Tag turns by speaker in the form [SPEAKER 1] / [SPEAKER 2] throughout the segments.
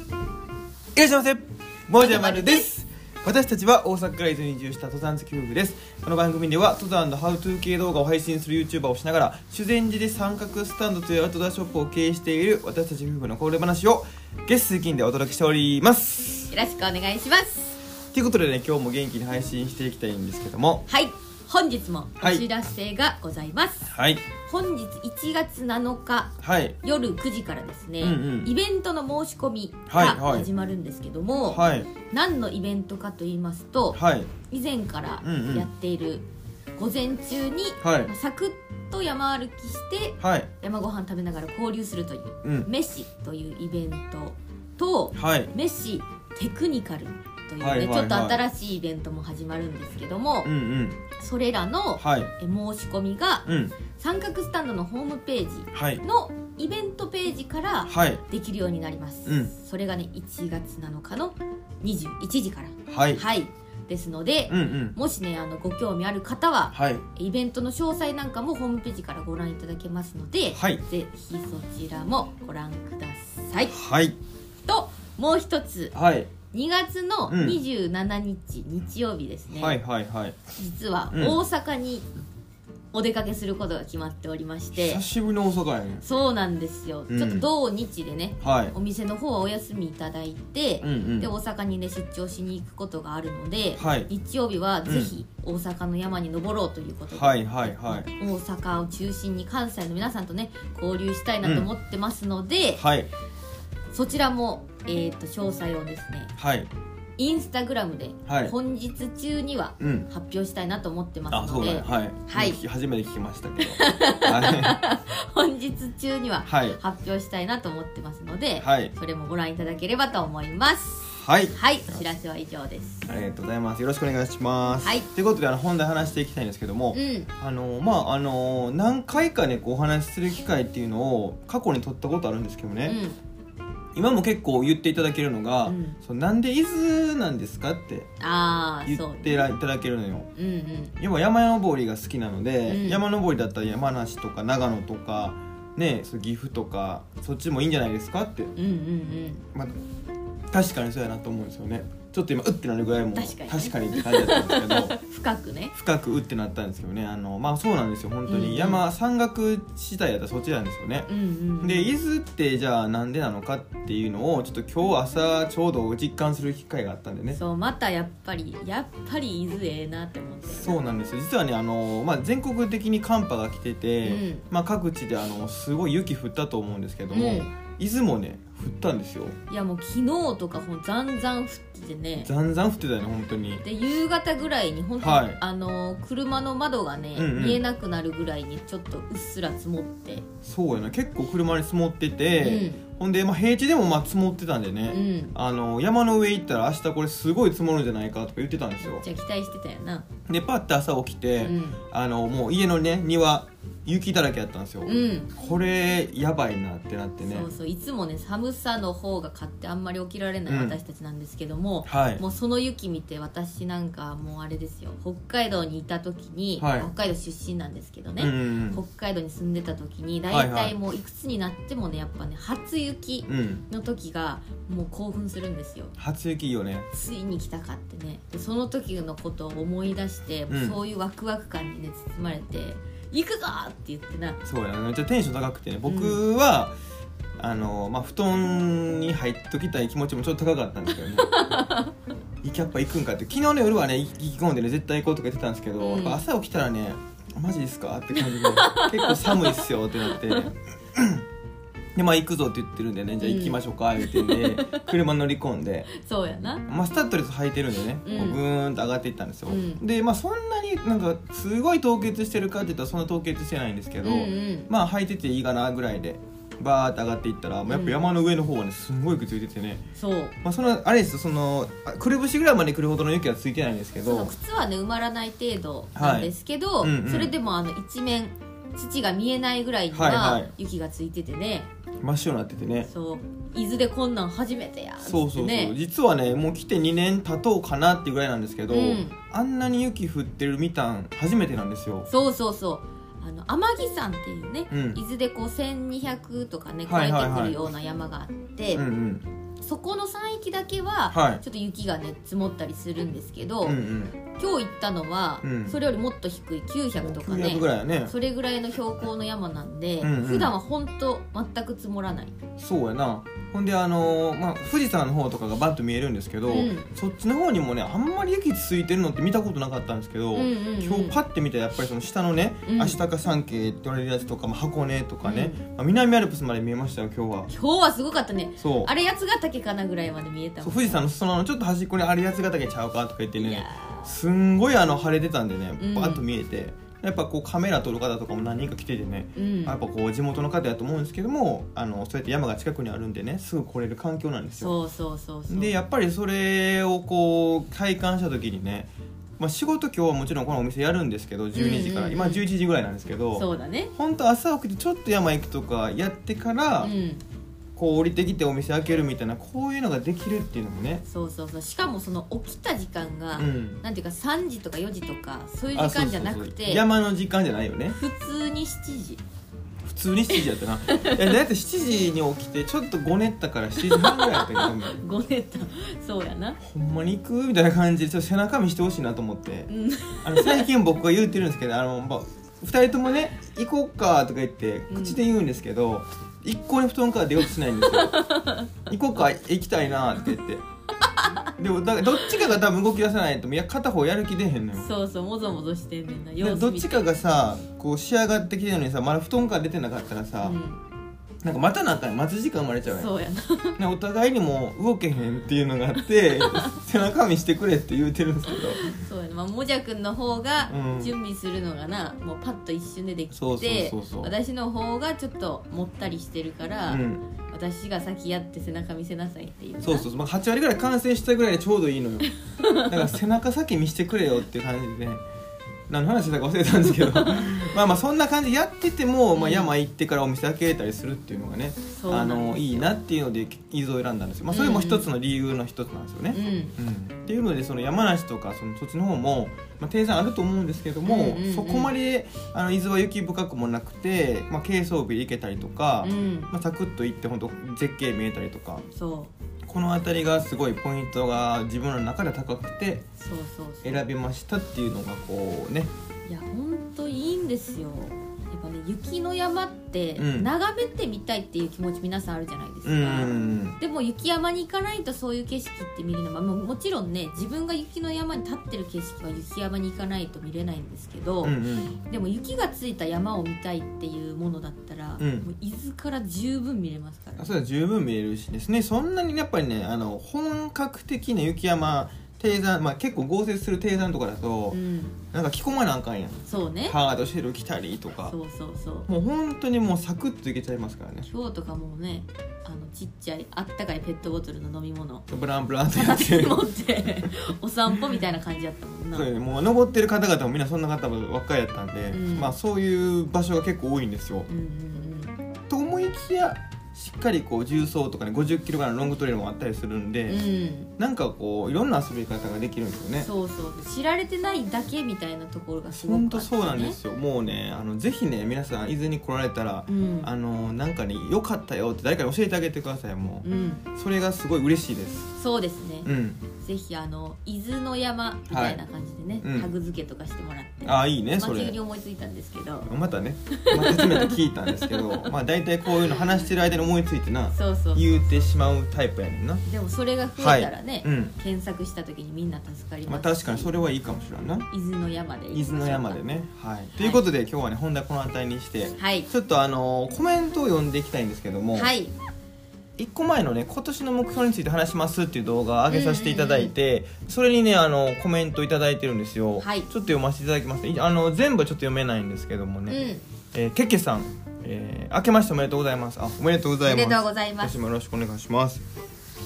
[SPEAKER 1] いらっしゃいませもじゃまるです私たちは大阪から伊豆に移住した登山好き夫婦ですこの番組では登山のハウトゥー系動画を配信する YouTuber をしながら修善寺で三角スタンドというアウトドアショップを経営している私たち夫婦のこぼれ話を月水金でお届けしております
[SPEAKER 2] よろしくお願いします
[SPEAKER 1] ということでね今日も元気に配信していきたいんですけども
[SPEAKER 2] はい本日もお
[SPEAKER 1] はい
[SPEAKER 2] 知らせがございます、
[SPEAKER 1] はい
[SPEAKER 2] 本日1月7日
[SPEAKER 1] はい
[SPEAKER 2] 夜9時からですね、
[SPEAKER 1] うんうん
[SPEAKER 2] イベントの申し込み
[SPEAKER 1] は
[SPEAKER 2] が
[SPEAKER 1] いはい
[SPEAKER 2] 始まるんですけども、
[SPEAKER 1] はい
[SPEAKER 2] 何のイベントかと言いますと、
[SPEAKER 1] はい
[SPEAKER 2] 以前から
[SPEAKER 1] うんうん
[SPEAKER 2] やっている午前中に、
[SPEAKER 1] はい
[SPEAKER 2] まあサクッと山歩きして
[SPEAKER 1] はい
[SPEAKER 2] 山ご飯食べながら交流するという
[SPEAKER 1] うん
[SPEAKER 2] メッシというイベントと
[SPEAKER 1] はい
[SPEAKER 2] メッシテクニカルというね、
[SPEAKER 1] はいはいはい
[SPEAKER 2] ちょっと新しいイベントも始まるんですけども、
[SPEAKER 1] うんうん
[SPEAKER 2] それらの
[SPEAKER 1] はい
[SPEAKER 2] え申し込みが
[SPEAKER 1] うん
[SPEAKER 2] 三角スタンドのホームページ
[SPEAKER 1] はい
[SPEAKER 2] のイベントページから
[SPEAKER 1] はい
[SPEAKER 2] できるようになります、
[SPEAKER 1] うん
[SPEAKER 2] それがね1月7日の21時から
[SPEAKER 1] はい
[SPEAKER 2] はいですので、
[SPEAKER 1] うんうん
[SPEAKER 2] もしねあのご興味ある方は
[SPEAKER 1] はい
[SPEAKER 2] イベントの詳細なんかもホームページからご覧いただけますので、
[SPEAKER 1] はい
[SPEAKER 2] ぜひそちらもご覧ください
[SPEAKER 1] はい
[SPEAKER 2] ともう一つ
[SPEAKER 1] はい
[SPEAKER 2] 2月の
[SPEAKER 1] うん
[SPEAKER 2] 27日、日曜日ですね、
[SPEAKER 1] はいはいはい
[SPEAKER 2] 実は
[SPEAKER 1] うん
[SPEAKER 2] 大阪にお出かけすることが決まっておりまして
[SPEAKER 1] 久しぶりの大阪やね
[SPEAKER 2] そうなんですよ、
[SPEAKER 1] うん
[SPEAKER 2] ちょっと同日でね
[SPEAKER 1] はい
[SPEAKER 2] お店の方はお休みいただいて、
[SPEAKER 1] うんうん
[SPEAKER 2] で大阪にね出張しに行くことがあるので、
[SPEAKER 1] はい
[SPEAKER 2] 日曜日はぜひ大阪の山に登ろうということで、
[SPEAKER 1] はいはいはい
[SPEAKER 2] 大阪を中心に関西の皆さんとね交流したいなと思ってますので、
[SPEAKER 1] はい
[SPEAKER 2] そちらも、えー、と詳細をですね
[SPEAKER 1] はい
[SPEAKER 2] インスタグラムで
[SPEAKER 1] はい
[SPEAKER 2] 本日中には
[SPEAKER 1] うん
[SPEAKER 2] 発表したいなと思ってま
[SPEAKER 1] あ
[SPEAKER 2] す
[SPEAKER 1] そ
[SPEAKER 2] の
[SPEAKER 1] う
[SPEAKER 2] で、
[SPEAKER 1] だねはい、
[SPEAKER 2] はい
[SPEAKER 1] 聞き初めて聞きましたけどは
[SPEAKER 2] 本日中にはい
[SPEAKER 1] はい
[SPEAKER 2] 発表したいなと思ってますので、
[SPEAKER 1] はい
[SPEAKER 2] それもご覧いただければと思います
[SPEAKER 1] はい
[SPEAKER 2] はいお知らせは以上です
[SPEAKER 1] ありがとうございますよろしくお願いします
[SPEAKER 2] はい
[SPEAKER 1] ということであの本題話していきたいんですけども
[SPEAKER 2] うん
[SPEAKER 1] あのまああの何回かねこうお話しする機会っていうのを過去に取ったことあるんですけど
[SPEAKER 2] う
[SPEAKER 1] ね、
[SPEAKER 2] ん
[SPEAKER 1] 今も結構言っていただけるのが、
[SPEAKER 2] うん
[SPEAKER 1] そうなんで伊豆なんですかって
[SPEAKER 2] ああ
[SPEAKER 1] 言
[SPEAKER 2] そう
[SPEAKER 1] って
[SPEAKER 2] ね
[SPEAKER 1] らいただけるのよ
[SPEAKER 2] うんうん
[SPEAKER 1] 要は山登りが好きなので、
[SPEAKER 2] うん
[SPEAKER 1] 山登りだったら山梨とか長野とかねそう岐阜とかそっちもいいんじゃないですかって、
[SPEAKER 2] うんうん
[SPEAKER 1] まあ、確かにそうやなと思うんですよねちょっと今うってなるぐらいも
[SPEAKER 2] 確かに
[SPEAKER 1] って感じだったんです けど
[SPEAKER 2] うん深くね
[SPEAKER 1] 深くうってなったんですけどねあのまあそうなんですよ本当
[SPEAKER 2] うんうん
[SPEAKER 1] に山、山岳地帯だったらそっちなんですよね
[SPEAKER 2] うんうんうん
[SPEAKER 1] で伊豆ってじゃあなんでなのかっていうのをちょっと今日朝ちょうど実感する機会があったんでね
[SPEAKER 2] そうまたやっぱりやっぱり伊豆ええなって思って
[SPEAKER 1] そうなんですよ実はねあの、まあ、全国的に寒波が来てて、
[SPEAKER 2] うん
[SPEAKER 1] まあ、各地であのすごい雪降ったと思うんですけども、
[SPEAKER 2] うん
[SPEAKER 1] 伊豆もね降ったんですよ
[SPEAKER 2] いやもう昨日とかほんざんざん降っててね
[SPEAKER 1] ざんざん降ってたよね本当に
[SPEAKER 2] で夕方ぐらいに本当に、
[SPEAKER 1] はい
[SPEAKER 2] あのー車の窓がね、
[SPEAKER 1] うんうん
[SPEAKER 2] 見えなくなるぐらいにちょっとうっすら積もって、
[SPEAKER 1] そうやな結構車に積もってて、ほんで、まあ、平地でもまあ積もってたんで
[SPEAKER 2] うんう
[SPEAKER 1] ね、
[SPEAKER 2] ん
[SPEAKER 1] あの山の上行ったら明日これすごい積もるんじゃないかとか言ってたんです
[SPEAKER 2] め
[SPEAKER 1] よ
[SPEAKER 2] っちゃ期待してたよな、
[SPEAKER 1] でパッて朝起きて、
[SPEAKER 2] うん
[SPEAKER 1] あのもう家のね庭雪だらけやったんですよ、
[SPEAKER 2] うん
[SPEAKER 1] これやばいなってなってね
[SPEAKER 2] そうそういつもね寒さの方が勝ってあんまり起きられない
[SPEAKER 1] うん
[SPEAKER 2] 私たちなんですけども、
[SPEAKER 1] はい
[SPEAKER 2] もうその雪見て私なんかもうあれですよ北海道にいた時に、
[SPEAKER 1] はい
[SPEAKER 2] 北海道出身なんですけどね、
[SPEAKER 1] うんうん
[SPEAKER 2] 北海道に住んでた時に
[SPEAKER 1] はいは
[SPEAKER 2] 大
[SPEAKER 1] い
[SPEAKER 2] 体もういくつになってもねやっぱね初雪
[SPEAKER 1] うん、うん、
[SPEAKER 2] の時がもう興奮するんですよ
[SPEAKER 1] 初雪いいよね
[SPEAKER 2] ついに来たかってねでその時のことを思い出して、
[SPEAKER 1] うん
[SPEAKER 2] そういうワクワク感にね包まれて「行くぞ!」って言ってな
[SPEAKER 1] そうやなめっちゃテンション高くてね僕は、あのまあ布団に入っときたい気持ちもちょっと高かったんです けどねいやっぱ行くんかって昨日の夜はね意気込んでね絶対行こうとか言ってたんですけど、
[SPEAKER 2] う
[SPEAKER 1] や
[SPEAKER 2] ん
[SPEAKER 1] っぱ朝起きたらねマジですかって感じで結構寒いっすよって なってでまあ行くぞって言ってるんでねじゃあ行きましょうか言ってね、車乗り込んで
[SPEAKER 2] そうやな
[SPEAKER 1] まあ、スタッドレス履いてるんでね、
[SPEAKER 2] うん
[SPEAKER 1] こうグーンと上がっていったんですよ、
[SPEAKER 2] うん
[SPEAKER 1] でまあそんなになんかすごい凍結してるかって言ったらそんな凍結してないんですけ
[SPEAKER 2] うん
[SPEAKER 1] ど、
[SPEAKER 2] うん
[SPEAKER 1] まあ履いてていいかなぐらいでバーって上がっていったら、まあ、やっぱ山の上の方はねすんごいくっついててね、
[SPEAKER 2] そう
[SPEAKER 1] まあ、そのあれですそのあくるぶしぐらいまで来るほどの雪はついてないんですけ
[SPEAKER 2] その
[SPEAKER 1] ど
[SPEAKER 2] 靴はね埋まらない程度なんですけど、
[SPEAKER 1] はいうんうん
[SPEAKER 2] それでもあの一面土が見えないぐらいに
[SPEAKER 1] はいは
[SPEAKER 2] はい雪がついててね、
[SPEAKER 1] 真っ白になっててね
[SPEAKER 2] そう伊豆でこんなん初めてやっつってね
[SPEAKER 1] そうそうそう実はねもう来て2年経とうかなっていうぐらいなんですけど、
[SPEAKER 2] うん
[SPEAKER 1] あんなに雪降ってるみたん初めてなんですよ
[SPEAKER 2] そうそうそうあの天城山っていうね、
[SPEAKER 1] うん
[SPEAKER 2] 伊豆でこう1200とかね超
[SPEAKER 1] は
[SPEAKER 2] え
[SPEAKER 1] いはいはい
[SPEAKER 2] てくるような山があって、
[SPEAKER 1] うんうん
[SPEAKER 2] そこの山域だけは、
[SPEAKER 1] はい
[SPEAKER 2] ちょっと雪がね積もったりするんですけど、
[SPEAKER 1] うんうん
[SPEAKER 2] 今日行ったのは、
[SPEAKER 1] うん
[SPEAKER 2] それよりもっと低い900とかね
[SPEAKER 1] 900ぐらいやね
[SPEAKER 2] それぐらいの標高の山なんで、
[SPEAKER 1] うんうん
[SPEAKER 2] 普段は本当全く積もらない
[SPEAKER 1] そうやなほんであのーまあ、富士山の方とかがバッと見えるんですけど、
[SPEAKER 2] うん
[SPEAKER 1] そっちの方にもねあんまり雪ついてるのって見たことなかったんですけど、
[SPEAKER 2] うんうんうん
[SPEAKER 1] 今日パッて見たらやっぱりその下のね、
[SPEAKER 2] うん
[SPEAKER 1] 足高山系って言われるやつとか、まあ、箱根とかね、まあ、南アルプスまで見えましたよ今日は
[SPEAKER 2] 今日はすごかったね
[SPEAKER 1] そう
[SPEAKER 2] あれ八ヶ岳かなぐらいまで見えた
[SPEAKER 1] そう
[SPEAKER 2] も
[SPEAKER 1] ん富士山のそのちょっと端っこにある八ヶ岳ちゃうかとか言って
[SPEAKER 2] いや
[SPEAKER 1] ねすんごいあの晴れてたんでね
[SPEAKER 2] うん
[SPEAKER 1] バッと見えて、やっぱこうカメラ撮る方とかも何人か来ててね、
[SPEAKER 2] ーうん
[SPEAKER 1] やっぱこう地元の方やと思うんですけどもあのそうやって山が近くにあるんでねすぐ来れる環境なんですよ
[SPEAKER 2] そうそうそうそう
[SPEAKER 1] でやっぱりそれをこう体感した時にね、まあ、仕事今日はもちろんこのお店やるんですけど12時から、
[SPEAKER 2] うんうんう
[SPEAKER 1] 今
[SPEAKER 2] ん
[SPEAKER 1] 11時ぐらいなんですけど
[SPEAKER 2] そうだね
[SPEAKER 1] 本当朝起きてちょっと山行くとかやってから、
[SPEAKER 2] うん
[SPEAKER 1] こう降りてきてお店開けるみたいなこういうのができるっていうのもね
[SPEAKER 2] そうそうそうしかもその起きた時間が、
[SPEAKER 1] うん
[SPEAKER 2] なんていうか3時とか4時とかそういう
[SPEAKER 1] あ
[SPEAKER 2] 時間じゃなく
[SPEAKER 1] そうそうそう
[SPEAKER 2] て
[SPEAKER 1] 山の時間じゃないよね
[SPEAKER 2] 普通に7時
[SPEAKER 1] 普通に7時やったな いやだって7時に起きてちょっとごねったから7時半ぐらいやったけどね
[SPEAKER 2] 5年たそうやな
[SPEAKER 1] ほんまに行くみたいな感じでちょっと背中見してほしいなと思って
[SPEAKER 2] うん
[SPEAKER 1] あの最近僕が言うてるんですけどあの、まあ、2人ともね「行こうか」とか言って
[SPEAKER 2] うん
[SPEAKER 1] 口で言うんですけど、一向に布団から出ようとしないん ですよ「行こうか行きたいな」って言ってでもだからどっちかが多分動き出さないといや片方やる気出へんのよ
[SPEAKER 2] そうそうもぞもぞしてんねんな
[SPEAKER 1] で
[SPEAKER 2] 様
[SPEAKER 1] ど
[SPEAKER 2] 子
[SPEAKER 1] っ
[SPEAKER 2] 見
[SPEAKER 1] ち
[SPEAKER 2] て
[SPEAKER 1] かがさこう仕上がってきてるのにさまだ布団から出てなかったらさ、
[SPEAKER 2] うん
[SPEAKER 1] なんか待たなあかん待つ時間生まれちゃうやん
[SPEAKER 2] そうやな
[SPEAKER 1] ねお互いにも動けへんっていうのがあって 背中見してくれって言うてるんですけど
[SPEAKER 2] そうやなまあもじゃくんの方が
[SPEAKER 1] うん
[SPEAKER 2] 準備するのがな、もうパッと一瞬でできて
[SPEAKER 1] そうそうそうそう
[SPEAKER 2] 私の方がちょっともったりしてるから、
[SPEAKER 1] うん、
[SPEAKER 2] 私が先やって背中見せなさいっていう
[SPEAKER 1] そうそうそう、まあ、8割ぐらい完成したぐらいでちょうどいいのよ だから背中先見してくれよっていう感じでね何の話してたか忘れたんですけ どまあまあそんな感じでやってても、まあ、
[SPEAKER 2] うん
[SPEAKER 1] 山行ってからお店開けたりするっていうのがね、
[SPEAKER 2] そうな
[SPEAKER 1] あ
[SPEAKER 2] んです
[SPEAKER 1] のいいなっていうので伊豆を選んだんですよ、まあ、それも一つの理由の一つなんですよね、
[SPEAKER 2] うん
[SPEAKER 1] うんっていうのでその山梨とかそのそっちの方も、まあ、低山あると思うんですけども、
[SPEAKER 2] うんうんうん
[SPEAKER 1] そこまであの伊豆は雪深くもなくて、まあ、軽装備で行けたりとか、
[SPEAKER 2] うん
[SPEAKER 1] まあ、サクッと行って本当絶景見えたりとか
[SPEAKER 2] そう
[SPEAKER 1] この辺りがすごいポイントが自分の中で高くて
[SPEAKER 2] そうそうそう
[SPEAKER 1] 選びましたっていうのがこうね
[SPEAKER 2] いやほんといいんですよやっぱね雪の山って
[SPEAKER 1] うん
[SPEAKER 2] 眺めてみたいっていう気持ち皆さんあるじゃないです
[SPEAKER 1] う
[SPEAKER 2] か、
[SPEAKER 1] ん
[SPEAKER 2] でも雪山に行かないとそういう景色って見るのはもうもちろんね自分が雪の山に立ってる景色は雪山に行かないと見れないんですけど、
[SPEAKER 1] うんうん
[SPEAKER 2] でも雪がついた山を見たいっていうものだったら、
[SPEAKER 1] うん
[SPEAKER 2] もう伊豆から十分見れますから
[SPEAKER 1] それは十分見えるしですねそんなにやっぱりねあの本格的な雪山低山、まあ、結構豪雪する低山とかだと、
[SPEAKER 2] うん
[SPEAKER 1] なんか着込まなあかんやん
[SPEAKER 2] そうね
[SPEAKER 1] ハードシェル来たりとか
[SPEAKER 2] そうそうそう
[SPEAKER 1] もう本当にもうサクッといけちゃいますからね
[SPEAKER 2] 今日とかもうねあのちっちゃいあったかいペットボトルの飲み物
[SPEAKER 1] ブランブランとやっ
[SPEAKER 2] 片手
[SPEAKER 1] て
[SPEAKER 2] に持って お散歩みたいな感じだったもんな
[SPEAKER 1] そうねもう登ってる方々もみんなそんな方ばっかりやったんで、
[SPEAKER 2] うん
[SPEAKER 1] まあそういう場所が結構多いんですよ
[SPEAKER 2] うんうん
[SPEAKER 1] と思いきやしっかりこう重曹とかね50キロぐらいのロングトレイルもあったりするんで、
[SPEAKER 2] うんうん
[SPEAKER 1] なんかこういろんな遊び方ができるんですよね
[SPEAKER 2] そうそう知られてないだけみたいなところがすごくあ
[SPEAKER 1] 本
[SPEAKER 2] って、
[SPEAKER 1] 当
[SPEAKER 2] ね、
[SPEAKER 1] そうなんですよもうねあのぜひね皆さん伊豆に来られたら、
[SPEAKER 2] うん
[SPEAKER 1] あのなんかね良かったよって誰かに教えてあげてくださいも
[SPEAKER 2] うん
[SPEAKER 1] うそれがすごい嬉しいです
[SPEAKER 2] そうですね、
[SPEAKER 1] うん
[SPEAKER 2] ぜひあの伊豆の山みたいな感じでね、
[SPEAKER 1] はいうん
[SPEAKER 2] タグ付けとかしてもらって
[SPEAKER 1] ああいいねそ
[SPEAKER 2] 間
[SPEAKER 1] れ
[SPEAKER 2] 違いに思いついたんですけど
[SPEAKER 1] またね、まあ、初めて聞いたんですけ どまあ大体こういうの話してる間に思いついてな
[SPEAKER 2] そうそう
[SPEAKER 1] 言うてしまうタイプやねんな
[SPEAKER 2] でもそれが増え
[SPEAKER 1] はい
[SPEAKER 2] たら
[SPEAKER 1] う
[SPEAKER 2] ね、
[SPEAKER 1] ん
[SPEAKER 2] 検索した時にみんな助かり
[SPEAKER 1] ま
[SPEAKER 2] ま
[SPEAKER 1] あ
[SPEAKER 2] すし、
[SPEAKER 1] 確かにそれはいいかもしれんな
[SPEAKER 2] 伊豆の山で行
[SPEAKER 1] 伊
[SPEAKER 2] きましょうか
[SPEAKER 1] 豆の山でねはいということで今日はね本題この辺りにして
[SPEAKER 2] はい
[SPEAKER 1] ちょっとあのーコメントを読んでいきたいんですけども、
[SPEAKER 2] はい
[SPEAKER 1] 1個前のね今年の目標について話しますっていう動画上げさせていただいて、それにねあのコメント頂いただいてるんですよ、
[SPEAKER 2] はい
[SPEAKER 1] ちょっと読ませていただきますねいあの全部はちょっと読めないんですけども
[SPEAKER 2] う
[SPEAKER 1] ね、
[SPEAKER 2] ん
[SPEAKER 1] えー、けっけさん、えー、明けましておめでとうございますあおめでとうございます
[SPEAKER 2] おめでとうございます
[SPEAKER 1] 私もよろしくお願いします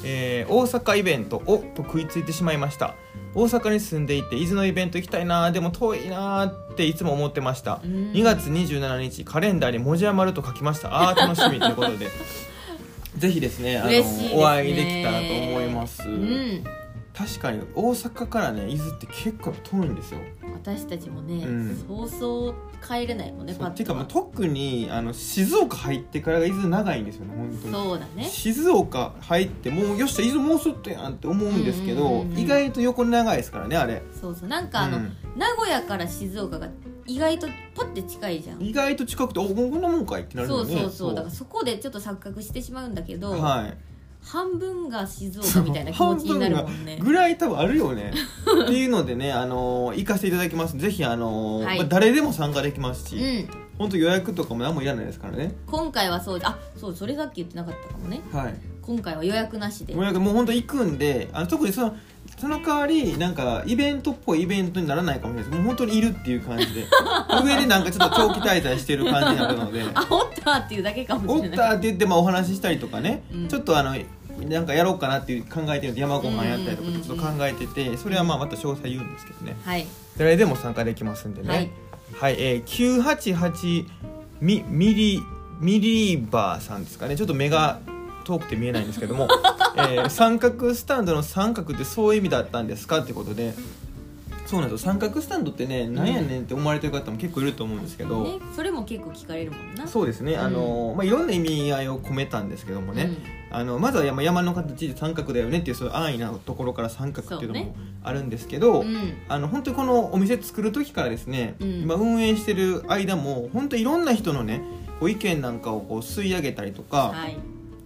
[SPEAKER 1] えー大阪イベントをと食いついてしまいました大阪に住んでいて伊豆のイベント行きたいなでも遠いなっていつも思ってました
[SPEAKER 2] うん
[SPEAKER 1] 2月27日カレンダーに「文字余る」と書きましたあー楽しみという ことでぜひですねあの
[SPEAKER 2] 嬉しいですね
[SPEAKER 1] お会いできたらと思います、
[SPEAKER 2] うん
[SPEAKER 1] 確かに大阪からね伊豆って結構遠いんですよ
[SPEAKER 2] 私たちもね、
[SPEAKER 1] うん
[SPEAKER 2] そうそう帰れないもんね
[SPEAKER 1] そ
[SPEAKER 2] パ
[SPEAKER 1] う
[SPEAKER 2] ッ
[SPEAKER 1] てか
[SPEAKER 2] と
[SPEAKER 1] も
[SPEAKER 2] は
[SPEAKER 1] う特にあの静岡入ってからが伊豆長いんですよね本当に
[SPEAKER 2] そうだね
[SPEAKER 1] 静岡入ってもうよっしゃ伊豆もうちょっとやんって思うんですけど、
[SPEAKER 2] うんうんうんうん
[SPEAKER 1] 意外と横長いですからねあれ
[SPEAKER 2] そうそうなんかあの、
[SPEAKER 1] うん
[SPEAKER 2] 名古屋から静岡が意外とパッて近いじゃん
[SPEAKER 1] 意外と近くておこんなもんかいってなる
[SPEAKER 2] そ
[SPEAKER 1] よ
[SPEAKER 2] う
[SPEAKER 1] ね
[SPEAKER 2] そうそうだからそこでちょっと錯覚してしまうんだけど、
[SPEAKER 1] は
[SPEAKER 2] 半分が静岡みたいな気持ちになるもん
[SPEAKER 1] い
[SPEAKER 2] ね
[SPEAKER 1] ぐらい多分あるよ ねっていうのでねあのー行かせていただきますぜひあのー
[SPEAKER 2] はい
[SPEAKER 1] まあ、誰でも参加できます
[SPEAKER 2] う
[SPEAKER 1] し、
[SPEAKER 2] ん
[SPEAKER 1] 本当予約とかも何もいらないですからね
[SPEAKER 2] 今回はそうあそうそれさっき言ってなかったかもね
[SPEAKER 1] はい
[SPEAKER 2] 今回は予約なしで
[SPEAKER 1] もうなんかもう本当行くんであの特にそのその代わりなんかイベントっぽいイベントにならないかもしれないですもう本当にいるっていう感じ で上でなんかちょっと長期滞在してる感じになるので
[SPEAKER 2] あおったーっていうだけか
[SPEAKER 1] 「
[SPEAKER 2] も
[SPEAKER 1] お
[SPEAKER 2] し
[SPEAKER 1] っ
[SPEAKER 2] れ
[SPEAKER 1] た!」
[SPEAKER 2] ない
[SPEAKER 1] って言ってまあお話ししたりとかね、
[SPEAKER 2] うん
[SPEAKER 1] ちょっとあのなんかやろうかなっていう考えてるんで山ご飯やったりとかちょっと考えててそれはまあまた詳細言うんですけどね
[SPEAKER 2] はい
[SPEAKER 1] 誰でも参加できますんでね
[SPEAKER 2] は
[SPEAKER 1] はいい、えー、988ミミリミリーバーさんですかねちょっと目が遠くて見えないんですけど も、えー三角スタンドの三角ってそういう意味だったんですかってことでそうなんですよ三角スタンドってねなんやねんって思われてる方も結構いると思うんですけど、
[SPEAKER 2] ね、それも結構聞かれるもんな
[SPEAKER 1] そうですね、あのーまあ、いろんな意味合いを込めたんですけどもね、あのまずは山山の形で三角だよねっていうそういう安易なところから三角っていうの
[SPEAKER 2] そう
[SPEAKER 1] もあるんですけど、
[SPEAKER 2] うん、うん
[SPEAKER 1] あの本当にこのお店作る時からですね、
[SPEAKER 2] うん
[SPEAKER 1] 今運営してる間も本当いろんな人のねこう意見なんかをこう吸い上げたりとか、
[SPEAKER 2] はい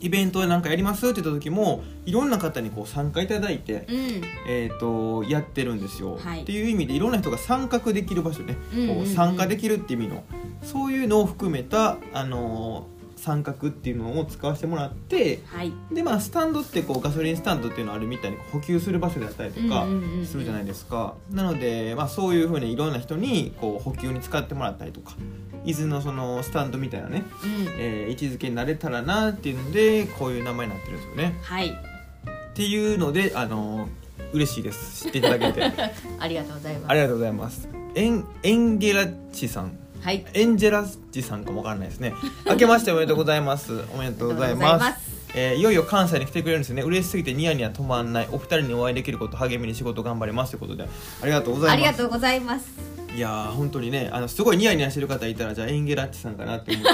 [SPEAKER 1] イベントなんかやりますって言った時もいろんな方にこう参加いただいて、
[SPEAKER 2] うん
[SPEAKER 1] えー、とやってるんですよ、
[SPEAKER 2] はい
[SPEAKER 1] っていう意味でいろんな人が参画できる場所ね、
[SPEAKER 2] うんうんうん
[SPEAKER 1] こう参加できるっていう意味のそういうのを含めた、あのー参画っていうのを使わせてもらって
[SPEAKER 2] はい
[SPEAKER 1] でまあスタンドってこうガソリンスタンドっていうのあるみたいにこう補給する場所であったりとか。
[SPEAKER 2] うんうんうん
[SPEAKER 1] するじゃないですか、なので、まあ、そういうふうにいろんな人にこう補給に使ってもらったりとか伊豆のそのスタンドみたいなね、
[SPEAKER 2] うん
[SPEAKER 1] えー位置づけになれたらなっていうのでこういう名前になってるんですよね
[SPEAKER 2] はい
[SPEAKER 1] っていうのであのー嬉しいです知っていただけて
[SPEAKER 2] ありがとうございます
[SPEAKER 1] ありがとうございますエンエンゲラッチさん
[SPEAKER 2] はい
[SPEAKER 1] エンジェラッチさんかもわからないです ね明けましておめでとうございますおめでとうござい
[SPEAKER 2] あ
[SPEAKER 1] ま
[SPEAKER 2] りがとう
[SPEAKER 1] す
[SPEAKER 2] ございます
[SPEAKER 1] えーいよいよ関西に来てくれるんですね嬉しすぎてニヤニヤ止まんないお二人にお会いできること励みに仕事頑張りますということでありがとうござ
[SPEAKER 2] あ
[SPEAKER 1] い
[SPEAKER 2] り
[SPEAKER 1] ま
[SPEAKER 2] が
[SPEAKER 1] す
[SPEAKER 2] とうございます
[SPEAKER 1] いやー本当にねあのすごいニヤニヤしてる方いたらじゃあエンゲラッチさんかなって思っ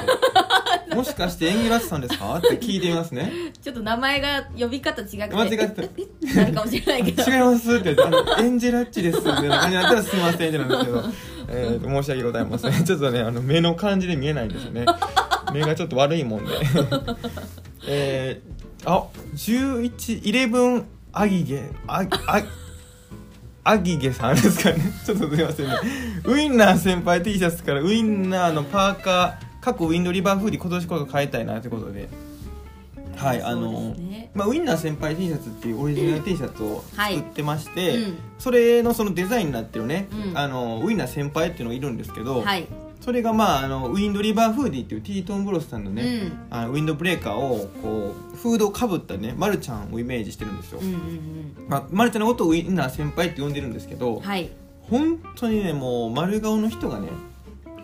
[SPEAKER 1] て もしかしてエンゲラッチさんですかって聞いてみますね
[SPEAKER 2] ちょっと名前が呼び方違くて
[SPEAKER 1] 間違ってた
[SPEAKER 2] えええ なるかもしれな
[SPEAKER 1] あ
[SPEAKER 2] い
[SPEAKER 1] 違
[SPEAKER 2] け
[SPEAKER 1] い
[SPEAKER 2] ど
[SPEAKER 1] ますって言ってあのエンジェラッチですって何やったらすいませんってなんですけ ど、えーと申し訳ございません ちょっとねあの目の感じで見えないんですよね目がちょっと悪いもんで えー、あ11イレブンアギゲアギアギアギゲさんですかね ちょっとすいませんねウインナー先輩 T シャツからウインナーのパーカー過去ウィンドリバーフーディー今年こそ変えたいなってことではいあ
[SPEAKER 2] そう
[SPEAKER 1] の
[SPEAKER 2] ですね
[SPEAKER 1] まあ、ウインナー先輩 T シャツっていうオリジナル T シャツを
[SPEAKER 2] はい
[SPEAKER 1] 作ってまして、
[SPEAKER 2] うん
[SPEAKER 1] それのそのデザインになってるね、
[SPEAKER 2] うん
[SPEAKER 1] あのウインナー先輩っていうのがいるんですけど、
[SPEAKER 2] はい
[SPEAKER 1] それが、まあ、あのウィンドリバーフーディーっていうティートンブロスさんのね、
[SPEAKER 2] うん
[SPEAKER 1] あのウィンドブレーカーをこうフードをかぶったねまるちゃんをイメージしてるんですよ、
[SPEAKER 2] うんうん
[SPEAKER 1] まあ、まるちゃんのことをウインナー先輩って呼んでるんですけど、
[SPEAKER 2] うんはい
[SPEAKER 1] 本当にねもう丸顔の人がね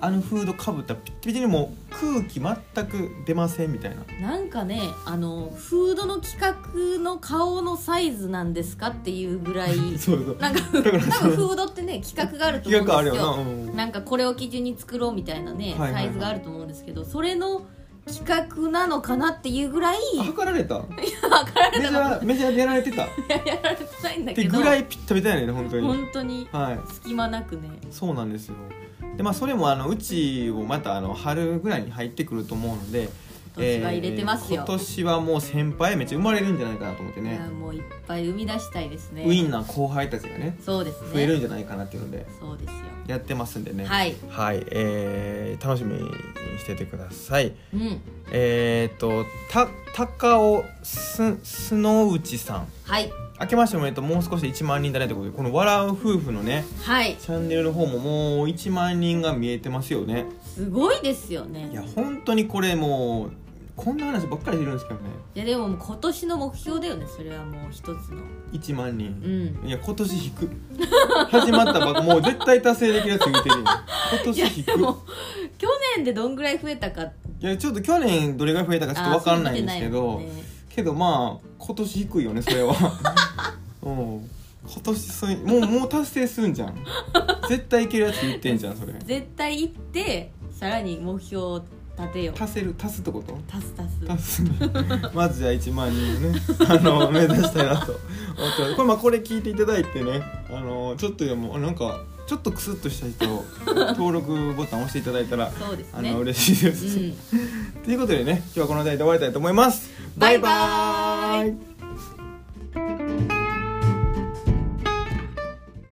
[SPEAKER 1] あのフードかぶったらピッチピチにもう空気全く出ませんみたいな
[SPEAKER 2] なんかねあのフードの企画の顔のサイズなんですかっていうぐらい
[SPEAKER 1] そうそう
[SPEAKER 2] なんか多分フードってね企画があると思
[SPEAKER 1] 企画あ
[SPEAKER 2] う
[SPEAKER 1] る
[SPEAKER 2] んです
[SPEAKER 1] よ
[SPEAKER 2] よ
[SPEAKER 1] な、うん
[SPEAKER 2] なんかこれを基準に作ろうみたいなね、
[SPEAKER 1] はいはいはい
[SPEAKER 2] サイズがあると思うんですけどそれの企画なのかなっていうぐ らい
[SPEAKER 1] 測られた
[SPEAKER 2] 分かられ
[SPEAKER 1] メ
[SPEAKER 2] た
[SPEAKER 1] ジ
[SPEAKER 2] の
[SPEAKER 1] ャーメジャーでやられてたっ
[SPEAKER 2] やられてないんだ
[SPEAKER 1] て
[SPEAKER 2] けど
[SPEAKER 1] ぐらいピッタピタやねんね本当に
[SPEAKER 2] 本当に
[SPEAKER 1] はい
[SPEAKER 2] 隙間なくね
[SPEAKER 1] そうなんですよでまあそれもあのうちをまたあの春ぐらいに入ってくると思うので
[SPEAKER 2] 今年は入れてます
[SPEAKER 1] えー
[SPEAKER 2] よ
[SPEAKER 1] 今、年はもう先輩めっちゃ生まれるんじゃないかなと思って
[SPEAKER 2] いや
[SPEAKER 1] ね
[SPEAKER 2] もういっぱい生み出したいですね
[SPEAKER 1] ウインナー後輩たちがね
[SPEAKER 2] そうですね
[SPEAKER 1] 増えるんじゃないかなっていうので
[SPEAKER 2] そうですよ
[SPEAKER 1] やってますんでね
[SPEAKER 2] はい
[SPEAKER 1] はい、えー楽しみにしててください。
[SPEAKER 2] うん
[SPEAKER 1] えっ、と、た、高尾す、すのうちさん。
[SPEAKER 2] はい
[SPEAKER 1] 明けましておめでとう、もう少しで1万人だねということで、この笑う夫婦のね、
[SPEAKER 2] はい
[SPEAKER 1] チャンネルの方ももう1万人が見えてますよね。
[SPEAKER 2] すごいですよね
[SPEAKER 1] いや、本当にこれもう、こんな話ばっかりしてるんですけどね。
[SPEAKER 2] いやでももう今年の目標だよねそれはもう一つの
[SPEAKER 1] 1万
[SPEAKER 2] う
[SPEAKER 1] 人。
[SPEAKER 2] ん
[SPEAKER 1] いや、今年引く。始まったばっか、もう絶対達成できるやつ言うてるよ。今
[SPEAKER 2] い
[SPEAKER 1] 年
[SPEAKER 2] や
[SPEAKER 1] 引
[SPEAKER 2] で
[SPEAKER 1] く。
[SPEAKER 2] も去年でどんぐらい増えたか
[SPEAKER 1] いや、ちょっと去年どれが増えたかちょっとわかんないんですけど
[SPEAKER 2] あーそう見てないもんね
[SPEAKER 1] けどまあ今年低いよねそれはうん今年そういうもうもう達成すんじゃん絶対いけるやつ言ってんじゃんそれ
[SPEAKER 2] 絶対行ってさらに目標を立てよう
[SPEAKER 1] 足せる足すってこと
[SPEAKER 2] 足す足
[SPEAKER 1] 足
[SPEAKER 2] す
[SPEAKER 1] すねまずじゃあ1万人をねあの目指したいなと思ってますこれまあこれ聞いていただいてねあのちょっとでもなんかちょっとクスッとした人登録ボタン押していただいたら
[SPEAKER 2] そうです
[SPEAKER 1] あ
[SPEAKER 2] ね
[SPEAKER 1] の嬉しいです、
[SPEAKER 2] うん
[SPEAKER 1] ということでね今日はこの辺りで終わりたいと思います
[SPEAKER 2] バイバ
[SPEAKER 1] バイバーイ